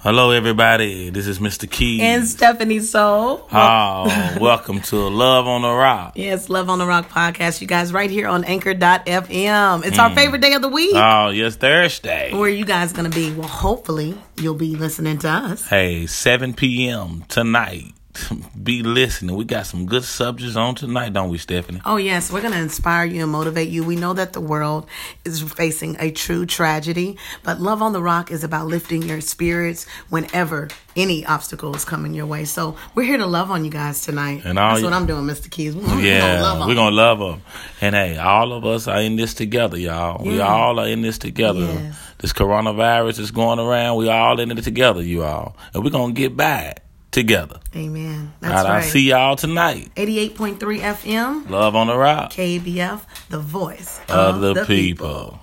Hello, everybody. This is Mr. Keys. and Stephanie Soul. oh, welcome to Love on the Rock. Yes, Love on the Rock podcast. You guys, right here on anchor.fm. It's Mm. our favorite day of the week. Oh, yes, Thursday. Where are you guys going to be? Well, hopefully, you'll be listening to us. Hey, 7 p.m. tonight. Be listening. We got some good subjects on tonight, don't we, Stephanie? Oh, yes, we're going to inspire you and motivate you. We know that the world is facing a true tragedy, but Love on the Rock is about lifting your spirits whenever any obstacle is coming your way. So we're here to love on you guys tonight. And all That's you- what I'm doing, Mr. Keys. We're gonna love Yeah, on we're gonna love them, and hey, all of us are in this together, y'all. We Yeah. all are in this together. Yes. This coronavirus is going around. We all in it together, you all, and we're gonna get by it together. you. Amen. All That's right, right. I'll see y'all tonight. 88.3 FM. Love on the rock KBF, the voice of the, people.